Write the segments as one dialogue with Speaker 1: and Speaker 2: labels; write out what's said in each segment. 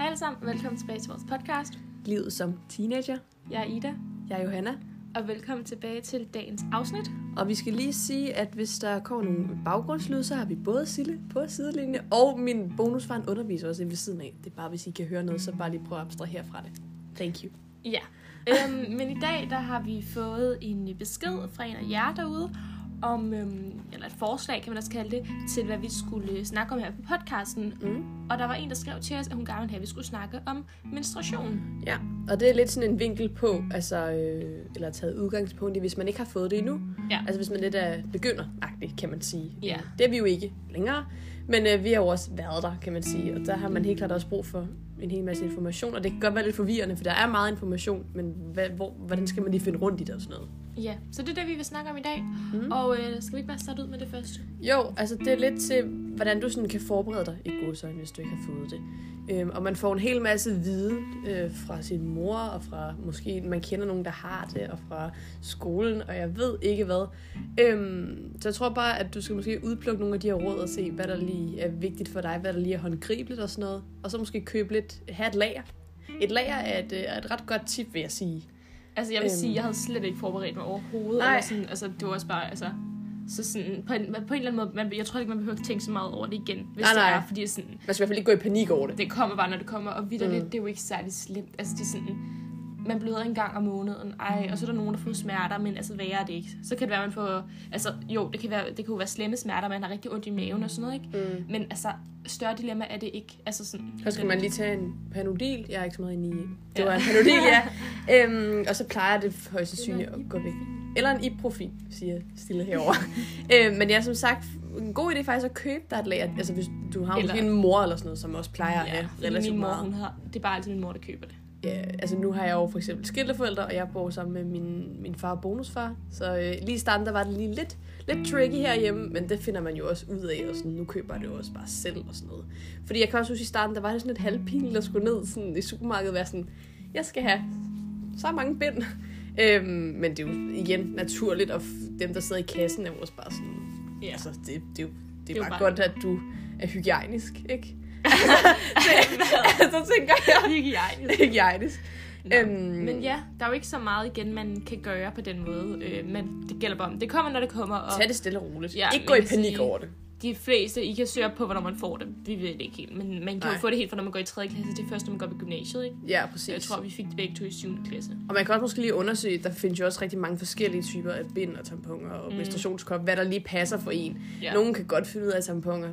Speaker 1: alle sammen, velkommen tilbage til vores podcast.
Speaker 2: Livet som teenager.
Speaker 1: Jeg er Ida,
Speaker 2: Jeg er Johanna.
Speaker 1: og velkommen tilbage til dagens afsnit.
Speaker 2: Og vi skal lige sige, at hvis der kommer nogle baggrundslyde, så har vi både Sille på sidelinjen, og min bonusfar en underviser også inde ved siden af. Det er bare, hvis I kan høre noget, så bare lige prøv at abstrahere fra det. Thank you.
Speaker 1: Ja. Øhm, men i dag, der har vi fået en besked fra en af jer derude, om, øhm, eller et forslag, kan man også kalde det, til hvad vi skulle snakke om her på podcasten.
Speaker 2: Mm.
Speaker 1: Og der var en, der skrev til os, at hun gerne ville have, at vi skulle snakke om menstruation.
Speaker 2: Ja, og det er lidt sådan en vinkel på, altså, øh, eller taget udgangspunkt i, hvis man ikke har fået det endnu.
Speaker 1: Ja.
Speaker 2: Altså hvis man lidt er begynderagtig, kan man sige.
Speaker 1: Ja.
Speaker 2: Det er vi jo ikke længere, men øh, vi har jo også været der, kan man sige. Og der har man helt klart også brug for en hel masse information, og det kan godt være lidt forvirrende, for der er meget information, men hvad, hvor, hvordan skal man lige finde rundt i det og sådan noget?
Speaker 1: Ja, så det er det, vi vil snakke om i dag.
Speaker 2: Mm.
Speaker 1: Og øh, skal vi ikke bare starte ud med det første?
Speaker 2: Jo, altså det er lidt til, hvordan du sådan kan forberede dig i godsøjne, hvis du ikke har fået det. Øhm, og man får en hel masse viden øh, fra sin mor, og fra måske man kender nogen, der har det, og fra skolen, og jeg ved ikke hvad. Øhm, så jeg tror bare, at du skal måske udplukke nogle af de her råd og se, hvad der lige er vigtigt for dig, hvad der lige er håndgribeligt og sådan noget. Og så måske købe lidt, have et lager. Et lager er et, øh, er et ret godt tip, vil jeg sige.
Speaker 1: Altså, jeg vil
Speaker 2: Øhm.
Speaker 1: sige, jeg havde slet ikke forberedt mig overhovedet.
Speaker 2: Nej.
Speaker 1: Nej. Sådan, altså, det var også bare, altså... Så sådan, på en, på en eller anden måde, man, jeg tror ikke, man behøver at tænke så meget over det igen, hvis
Speaker 2: Nej,
Speaker 1: det
Speaker 2: nej.
Speaker 1: er, fordi sådan,
Speaker 2: Man skal i hvert fald ikke gå i panik over det.
Speaker 1: det kommer bare, når det kommer, og vidderligt,
Speaker 2: Mm.
Speaker 1: mm. det er jo ikke særlig slemt. Altså, det er sådan, man bløder en gang om måneden, ej, og så er der nogen, der får smerter, men altså, værre er det ikke. Så kan det være, man får, altså, jo, det kan, være, det kan jo være slemme smerter, man har rigtig ondt i maven og sådan noget, ikke?
Speaker 2: Mm.
Speaker 1: Men altså, større dilemma er det ikke. Altså sådan,
Speaker 2: Så skal man lige tage en panodil. Jeg er ikke så meget inde i. Det var
Speaker 1: Ja.
Speaker 2: en panodil, ja. Øhm, og så plejer det højst sandsynligt at gå væk. Eller en ibuprofen, siger Stille herovre. øhm, men ja, som sagt, en god idé faktisk at købe dig et lager. Altså hvis du har eller...
Speaker 1: Eller-
Speaker 2: en mor eller sådan noget, som også plejer at
Speaker 1: Ja,
Speaker 2: have
Speaker 1: fordi
Speaker 2: relativt
Speaker 1: min mor,
Speaker 2: meget.
Speaker 1: hun har, det er bare altid min mor, der køber det.
Speaker 2: Ja, altså nu har jeg jo for eksempel skilteforældre, og jeg bor sammen med min, min far og bonusfar. Så øh, lige i starten, der var det lige lidt, lidt tricky herhjemme, men det finder man jo også ud af, og sådan, nu køber jeg det jo også bare selv og sådan noget. Fordi jeg kan også huske i starten, der var det sådan lidt halvpinligt at skulle ned sådan, i supermarkedet og være sådan, jeg skal have så mange bind. Øhm, men det er jo igen naturligt, og f- dem, der sidder i kassen, er jo også bare sådan,
Speaker 1: Ja.
Speaker 2: altså det, det, det, er jo- det, det
Speaker 1: er jo
Speaker 2: er bare
Speaker 1: bare-
Speaker 2: godt, at du er hygiejnisk, ikke? så tænker jeg,
Speaker 1: Hygiejnisk.
Speaker 2: hygiejnisk.
Speaker 1: Nå,
Speaker 2: Øhm,
Speaker 1: Men ja, der er jo ikke så meget igen, man kan gøre på den måde. Øh, men det gælder bare om, det kommer, når det kommer. Og
Speaker 2: Tag det stille og roligt.
Speaker 1: Ja,
Speaker 2: Ja, ikke
Speaker 1: man
Speaker 2: gå i
Speaker 1: kan
Speaker 2: panik
Speaker 1: sige-
Speaker 2: sige... over det.
Speaker 1: de fleste, I kan søge op på, hvornår man får det. Vi ved det ikke helt, men man kan
Speaker 2: Nej.
Speaker 1: jo få det helt fra, når man går i 3. klasse. Det er først, når man går på gymnasiet, ikke?
Speaker 2: Ja, præcis.
Speaker 1: Jeg tror, vi fik det begge to i 7. klasse.
Speaker 2: Og man kan også måske lige undersøge, der findes jo også rigtig mange forskellige typer af bind og tamponer og
Speaker 1: Mm.
Speaker 2: mm. menstruationskop, hvad der lige passer for en.
Speaker 1: Ja.
Speaker 2: Ja. Nogle kan godt finde ud af tamponer,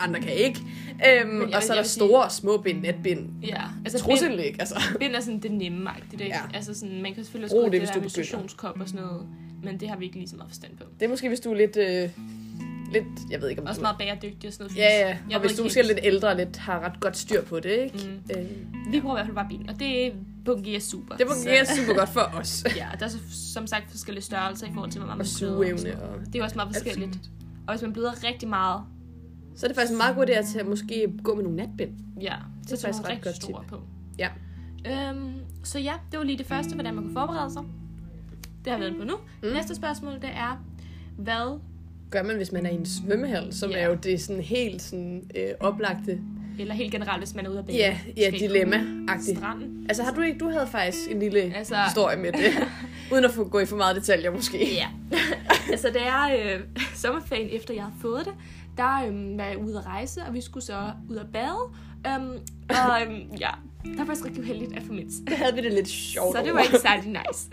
Speaker 2: andre kan ikke. Øhm,
Speaker 1: jeg
Speaker 2: og så
Speaker 1: vil-
Speaker 2: er
Speaker 1: jeg
Speaker 2: der
Speaker 1: vil sige-
Speaker 2: store og små bind, netbind,
Speaker 1: Ja, altså bind,
Speaker 2: trusselæg, altså.
Speaker 1: bind er sådan det nemme det ikke?
Speaker 2: Ja.
Speaker 1: Altså sådan, man kan selvfølgelig
Speaker 2: Brug
Speaker 1: også bruge
Speaker 2: det,
Speaker 1: det,
Speaker 2: hvis
Speaker 1: det
Speaker 2: du
Speaker 1: der
Speaker 2: begynder.
Speaker 1: menstruationskop og sådan noget, men det har vi ikke lige så meget forstand på.
Speaker 2: Det er måske, hvis du er lidt... Øh, lidt jeg ved ikke, om
Speaker 1: Også
Speaker 2: du...
Speaker 1: meget bæredygtig og sådan noget.
Speaker 2: Ja, ja.
Speaker 1: Jeg
Speaker 2: og
Speaker 1: ved
Speaker 2: hvis du
Speaker 1: ikke
Speaker 2: måske er
Speaker 1: helt.
Speaker 2: lidt ældre og lidt har ret godt styr på det, ikke? Mm. Øh,
Speaker 1: Vi bruger i hvert fald bare bind, og det fungerer super.
Speaker 2: det fungerer
Speaker 1: Så-
Speaker 2: super godt for os.
Speaker 1: Ja, og der er så, som sagt forskellige størrelser i forhold til, hvor meget man
Speaker 2: Og
Speaker 1: bløder og sådan
Speaker 2: sugeevne og...
Speaker 1: noget. Det er jo også meget forskelligt. Og hvis man bløder rigtig meget,
Speaker 2: Så er det faktisk en meget god idé at tage, måske gå med nogle natbind.
Speaker 1: ja, så
Speaker 2: er
Speaker 1: tager
Speaker 2: faktisk
Speaker 1: man
Speaker 2: ret
Speaker 1: rigtig
Speaker 2: godt
Speaker 1: store
Speaker 2: tip.
Speaker 1: på.
Speaker 2: Ja.
Speaker 1: Øhm, så ja, det var lige det første, hvordan man kunne forberede sig. Det har vi været på nu. Mm.
Speaker 2: Mm.
Speaker 1: Næste spørgsmål, det er, hvad
Speaker 2: gør man, hvis man er i en svømmehal, som
Speaker 1: Ja.
Speaker 2: yeah. er jo det sådan helt sådan, øh, oplagte
Speaker 1: eller helt generelt, hvis man er ude at bade
Speaker 2: ja, ja,
Speaker 1: Skal ikke
Speaker 2: dilemma-agtigt.
Speaker 1: stranden.
Speaker 2: Altså har du ikke, du havde faktisk en lille
Speaker 1: Altså-
Speaker 2: altså... historie med det, uden at få gå i for meget detaljer måske.
Speaker 1: Ja. altså, det er øh, sommerferien, efter jeg har fået det, der øh, var jeg ude at rejse, og vi skulle så ud at bade. Øhm, og øhm, ja, der var faktisk rigtig uheldigt at få mens.
Speaker 2: Der havde vi det lidt sjovt
Speaker 1: Så det var
Speaker 2: over.
Speaker 1: ikke særlig nice.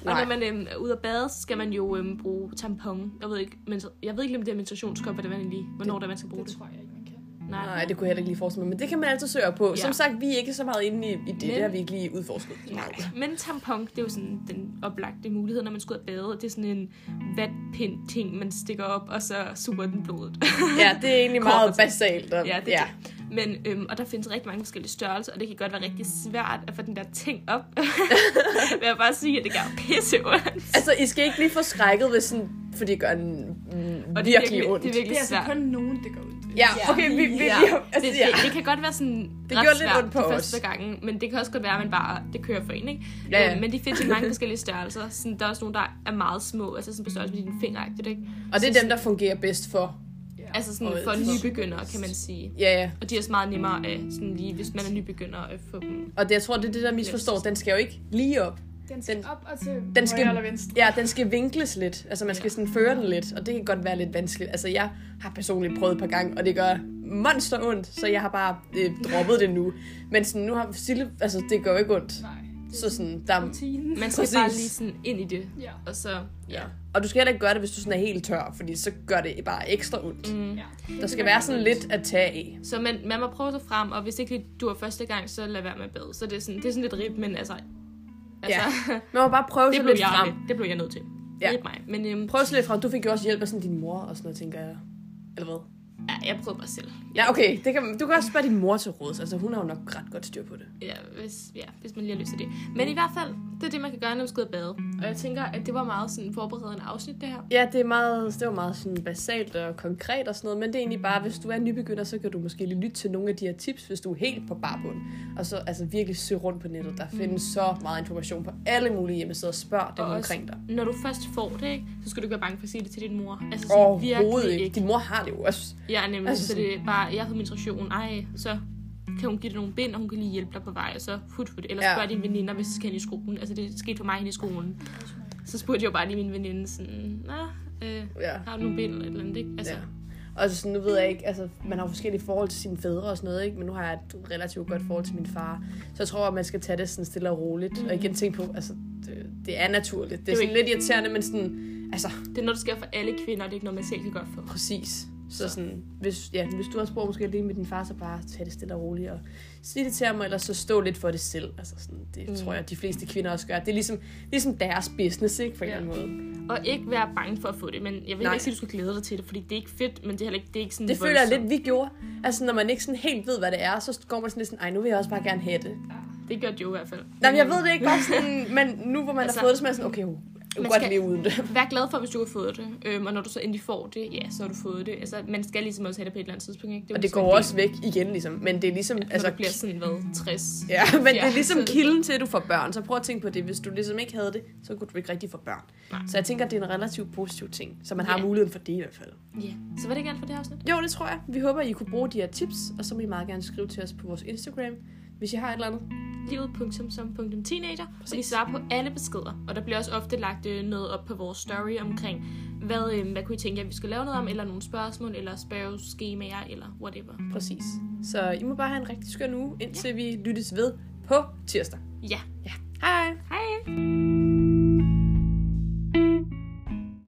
Speaker 1: og
Speaker 2: Nej.
Speaker 1: når man øhm, er ude at bade, så skal man jo øhm, bruge tampon. Jeg ved ikke, men, jeg ved ikke lige, om det er menstruationskop, eller hvad det lige, hvornår det, der man skal bruge det.
Speaker 3: tror jeg ikke, man kan.
Speaker 1: Nej.
Speaker 2: Nej, det kunne jeg heller ikke lige forestille mig, men det kan man altid søge op på.
Speaker 1: Ja.
Speaker 2: Som sagt, vi er ikke så meget inde i, i det, men...
Speaker 1: Men-
Speaker 2: det har vi ikke lige udforsket.
Speaker 1: Nej. Men tampon, det er jo sådan den oplagte mulighed, når man skal ud at bade. Det er sådan en vatpind ting, man stikker op, og så suger den blodet.
Speaker 2: Ja, det er egentlig
Speaker 1: Kort
Speaker 2: meget
Speaker 1: fortalt.
Speaker 2: basalt. Og,
Speaker 1: Ja, det er
Speaker 2: ja.
Speaker 1: Men, øhm, og der findes rigtig mange forskellige størrelser, og det kan godt være rigtig svært at få den der ting op. Vil jeg bare sige, at det gør pisse ondt.
Speaker 2: Altså, I skal ikke blive forskrækket, hvis sådan, for det gør en, mm,
Speaker 1: Og det er
Speaker 2: virkelig ondt.
Speaker 1: Det er
Speaker 3: Det
Speaker 1: virkelig
Speaker 3: er altså
Speaker 1: svært.
Speaker 3: kun nogen, det går ud.
Speaker 2: Ja, okay, vi, vi,
Speaker 1: Ja.
Speaker 2: vi altså,
Speaker 1: det,
Speaker 2: ja.
Speaker 1: det, det kan godt være sådan
Speaker 2: Det
Speaker 1: ret
Speaker 2: gjorde lidt
Speaker 1: svært
Speaker 2: ondt på
Speaker 1: de
Speaker 2: os.
Speaker 1: første gange, men det kan også godt være, at man bare, det kører for en, ikke?
Speaker 2: Ja, ja.
Speaker 1: Øh, Men de findes i mange forskellige størrelser. Sådan, der er også nogle, der er meget små, altså sådan på størrelse med dine fingre, ikke?
Speaker 2: Og det er dem, der fungerer bedst for
Speaker 3: Ja.
Speaker 1: Altså sådan
Speaker 2: Og
Speaker 1: for
Speaker 2: ellers-
Speaker 1: nybegyndere, kan man sige.
Speaker 2: Ja, ja.
Speaker 1: Og de er også meget nemmere af, sådan lige, hvis man er
Speaker 2: Mm.
Speaker 1: nybegynder, at få dem.
Speaker 2: Og det, jeg tror, det er det, der misforstår. Den skal jo ikke lige op.
Speaker 3: Den skal
Speaker 2: Den-
Speaker 3: op og til
Speaker 2: den skal-
Speaker 3: højre eller venstre.
Speaker 2: Ja, den skal vinkles lidt. Altså, man skal
Speaker 1: Ja.
Speaker 2: sådan føre den lidt, og det kan godt være lidt vanskeligt. Altså, jeg har personligt prøvet et par gange, og det gør monster ondt, så jeg har bare øh, droppet det nu. Men sådan, nu har Sille, altså, det gør jo ikke ondt.
Speaker 3: Nej. det
Speaker 2: Så
Speaker 3: er
Speaker 2: sådan, der,
Speaker 3: Rutinen.
Speaker 1: Man skal
Speaker 2: Præcis.
Speaker 1: bare lige sådan ind i det.
Speaker 3: Ja.
Speaker 1: Og så, ja.
Speaker 2: Og du skal heller ikke gøre det, hvis du sådan er helt tør, fordi så gør det bare ekstra ondt.
Speaker 1: Mm.
Speaker 3: ja.
Speaker 2: Der skal være sådan lidt at tage af.
Speaker 1: Så man, man må prøve sig frem, og hvis ikke lige du er første gang, så lad være med at bade. Så det er sådan, det er sådan lidt rib, men altså... altså ja,
Speaker 2: Man må bare prøve
Speaker 1: det
Speaker 2: sig
Speaker 1: blev,
Speaker 2: lidt
Speaker 1: jeg,
Speaker 2: frem.
Speaker 1: det blev jeg nødt til.
Speaker 2: Ja.
Speaker 1: Ja. Rib mig. Men øhm,
Speaker 2: Prøve sig lidt frem. Du fik jo også hjælp af sådan din mor og sådan noget, tænker jeg. Eller hvad?
Speaker 1: ja, jeg prøvede mig selv.
Speaker 2: Ja, okay. Det kan, du kan også spørge din mor til råds. Altså, hun har jo nok ret godt styr på det.
Speaker 1: Ja, hvis, ja, hvis man lige har lyst til det. Men i hvert fald, det er det, man kan gøre, når man skal ud og bade. Og jeg tænker, at det var meget sådan forberedende afsnit, det her.
Speaker 2: Ja, det, er meget, det var meget sådan basalt og konkret og sådan noget, men det er egentlig bare, hvis du er nybegynder, så kan du måske lige lytte til nogle af de her tips, hvis du er helt på barbund. Og så altså, virkelig søge rundt på nettet. Der findes mm. så meget information på alle mulige hjemmesider. Spørg dem
Speaker 1: Og også-
Speaker 2: omkring dig.
Speaker 1: Når du først får det, ikke, så skal du ikke være bange for at sige det til din mor. Altså sådan,
Speaker 2: Overhovedet
Speaker 1: virkelig
Speaker 2: ikke. Din mor har det jo også.
Speaker 1: Jeg er nemlig,
Speaker 2: Altså
Speaker 1: altså, så det er bare, jeg har fået menstruation, ej, så kan hun give dig nogle bind, og hun kan lige hjælpe dig på vej, og så hut hut. Eller
Speaker 2: Ja.
Speaker 1: spørg dine veninder, hvis du skal hen i skolen. Altså, det skete for mig hen i skolen. Så spurgte jeg jo bare lige min veninde sådan, Nå, øh,
Speaker 2: Ja.
Speaker 1: har du nogle bind eller et eller andet, ikke? Altså,
Speaker 2: Ja. Og så sådan, nu ved jeg ikke, altså, man har jo forskellige forhold til sine fædre og sådan noget, ikke? men nu har jeg et relativt godt forhold til min far. Så jeg tror, at man skal tage det sådan stille og roligt. Mm. Og igen tænke på, altså, det, det er naturligt. Det er
Speaker 1: jo
Speaker 2: sådan lidt irriterende, men sådan, altså,
Speaker 1: det er noget, der sker for alle kvinder, det er ikke noget, man selv kan gøre for.
Speaker 2: præcis. Så
Speaker 1: Så.
Speaker 2: sådan, hvis, ja, hvis du har spurgt måske lige med din far, så bare tag det stille og roligt og sig det til ham, eller så stå lidt for det selv. Altså sådan, det mm.
Speaker 1: Mm.
Speaker 2: tror jeg, de fleste kvinder også gør. Det er ligesom, ligesom deres business, ikke? På en
Speaker 3: Ja.
Speaker 2: eller anden måde.
Speaker 1: Og ikke være bange for at få det, men jeg vil
Speaker 2: Nej.
Speaker 1: ikke sige, at du skal glæde dig til det, fordi det er ikke fedt, men det er heller ikke, det er ikke sådan
Speaker 2: Det føler jeg
Speaker 1: voldsomt.
Speaker 2: lidt, vi gjorde. Altså, når man ikke sådan helt ved, hvad det er, så går man sådan lidt sådan, ej, nu vil jeg også bare gerne have det.
Speaker 1: Det gør Joe i hvert fald.
Speaker 2: Nej, men jeg ved det ikke bare sådan, men nu hvor man
Speaker 1: Altså,
Speaker 2: altså, har fået det, så er man sådan, okay, jo, jeg kan
Speaker 1: man
Speaker 2: godt
Speaker 1: skal-
Speaker 2: leve uden det.
Speaker 1: Vær glad for, hvis du har fået det, øhm, og når du så endelig får det, ja, så har du fået det. Altså, man skal ligesom også have det på et eller andet tidspunkt, ikke? er
Speaker 2: Og
Speaker 1: jo
Speaker 2: det
Speaker 1: sådan
Speaker 2: går
Speaker 1: en
Speaker 2: også væk igen, ligesom. Men det er ligesom,
Speaker 1: Når
Speaker 2: altså,
Speaker 1: altså, du bliver sådan, hvad, 60?
Speaker 2: ja, men det er
Speaker 1: Ja,
Speaker 2: ligesom
Speaker 1: så er det-
Speaker 2: kilden til, at du får børn. Så prøv at tænke på det. Hvis du ligesom ikke havde det, så kunne du ikke rigtig få børn.
Speaker 1: Nej.
Speaker 2: Så jeg tænker, at det er en relativt positiv ting, så man har
Speaker 1: Ja.
Speaker 2: muligheden for det i hvert fald.
Speaker 1: Ja. Så var det ikke alt for det her afsnit?
Speaker 2: Jo, det tror jeg. Vi håber, I kunne bruge de her tips, og så må I meget gerne skrive til os på vores Instagram, hvis I har et eller andet.
Speaker 1: Livet.som.teenager, og vi svarer på alle beskeder. Og der bliver også ofte lagt øh, noget op på vores story omkring, hvad, øh, hvad kunne I tænke, at vi skulle lave noget om, eller nogle spørgsmål, eller spørgeskemaer, eller whatever.
Speaker 2: Præcis. Så I må bare have en rigtig skøn uge, indtil vi lyttes ved på tirsdag.
Speaker 1: Ja.
Speaker 2: Ja. Hej!